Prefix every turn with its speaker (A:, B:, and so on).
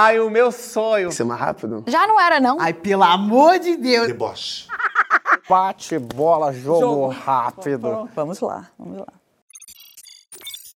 A: Ai, o meu sonho.
B: Isso é mais rápido?
C: Já não era, não?
D: Ai, pelo amor de Deus.
B: Deboche.
E: Bate bola, jogo, rápido.
F: Vamos lá, vamos lá.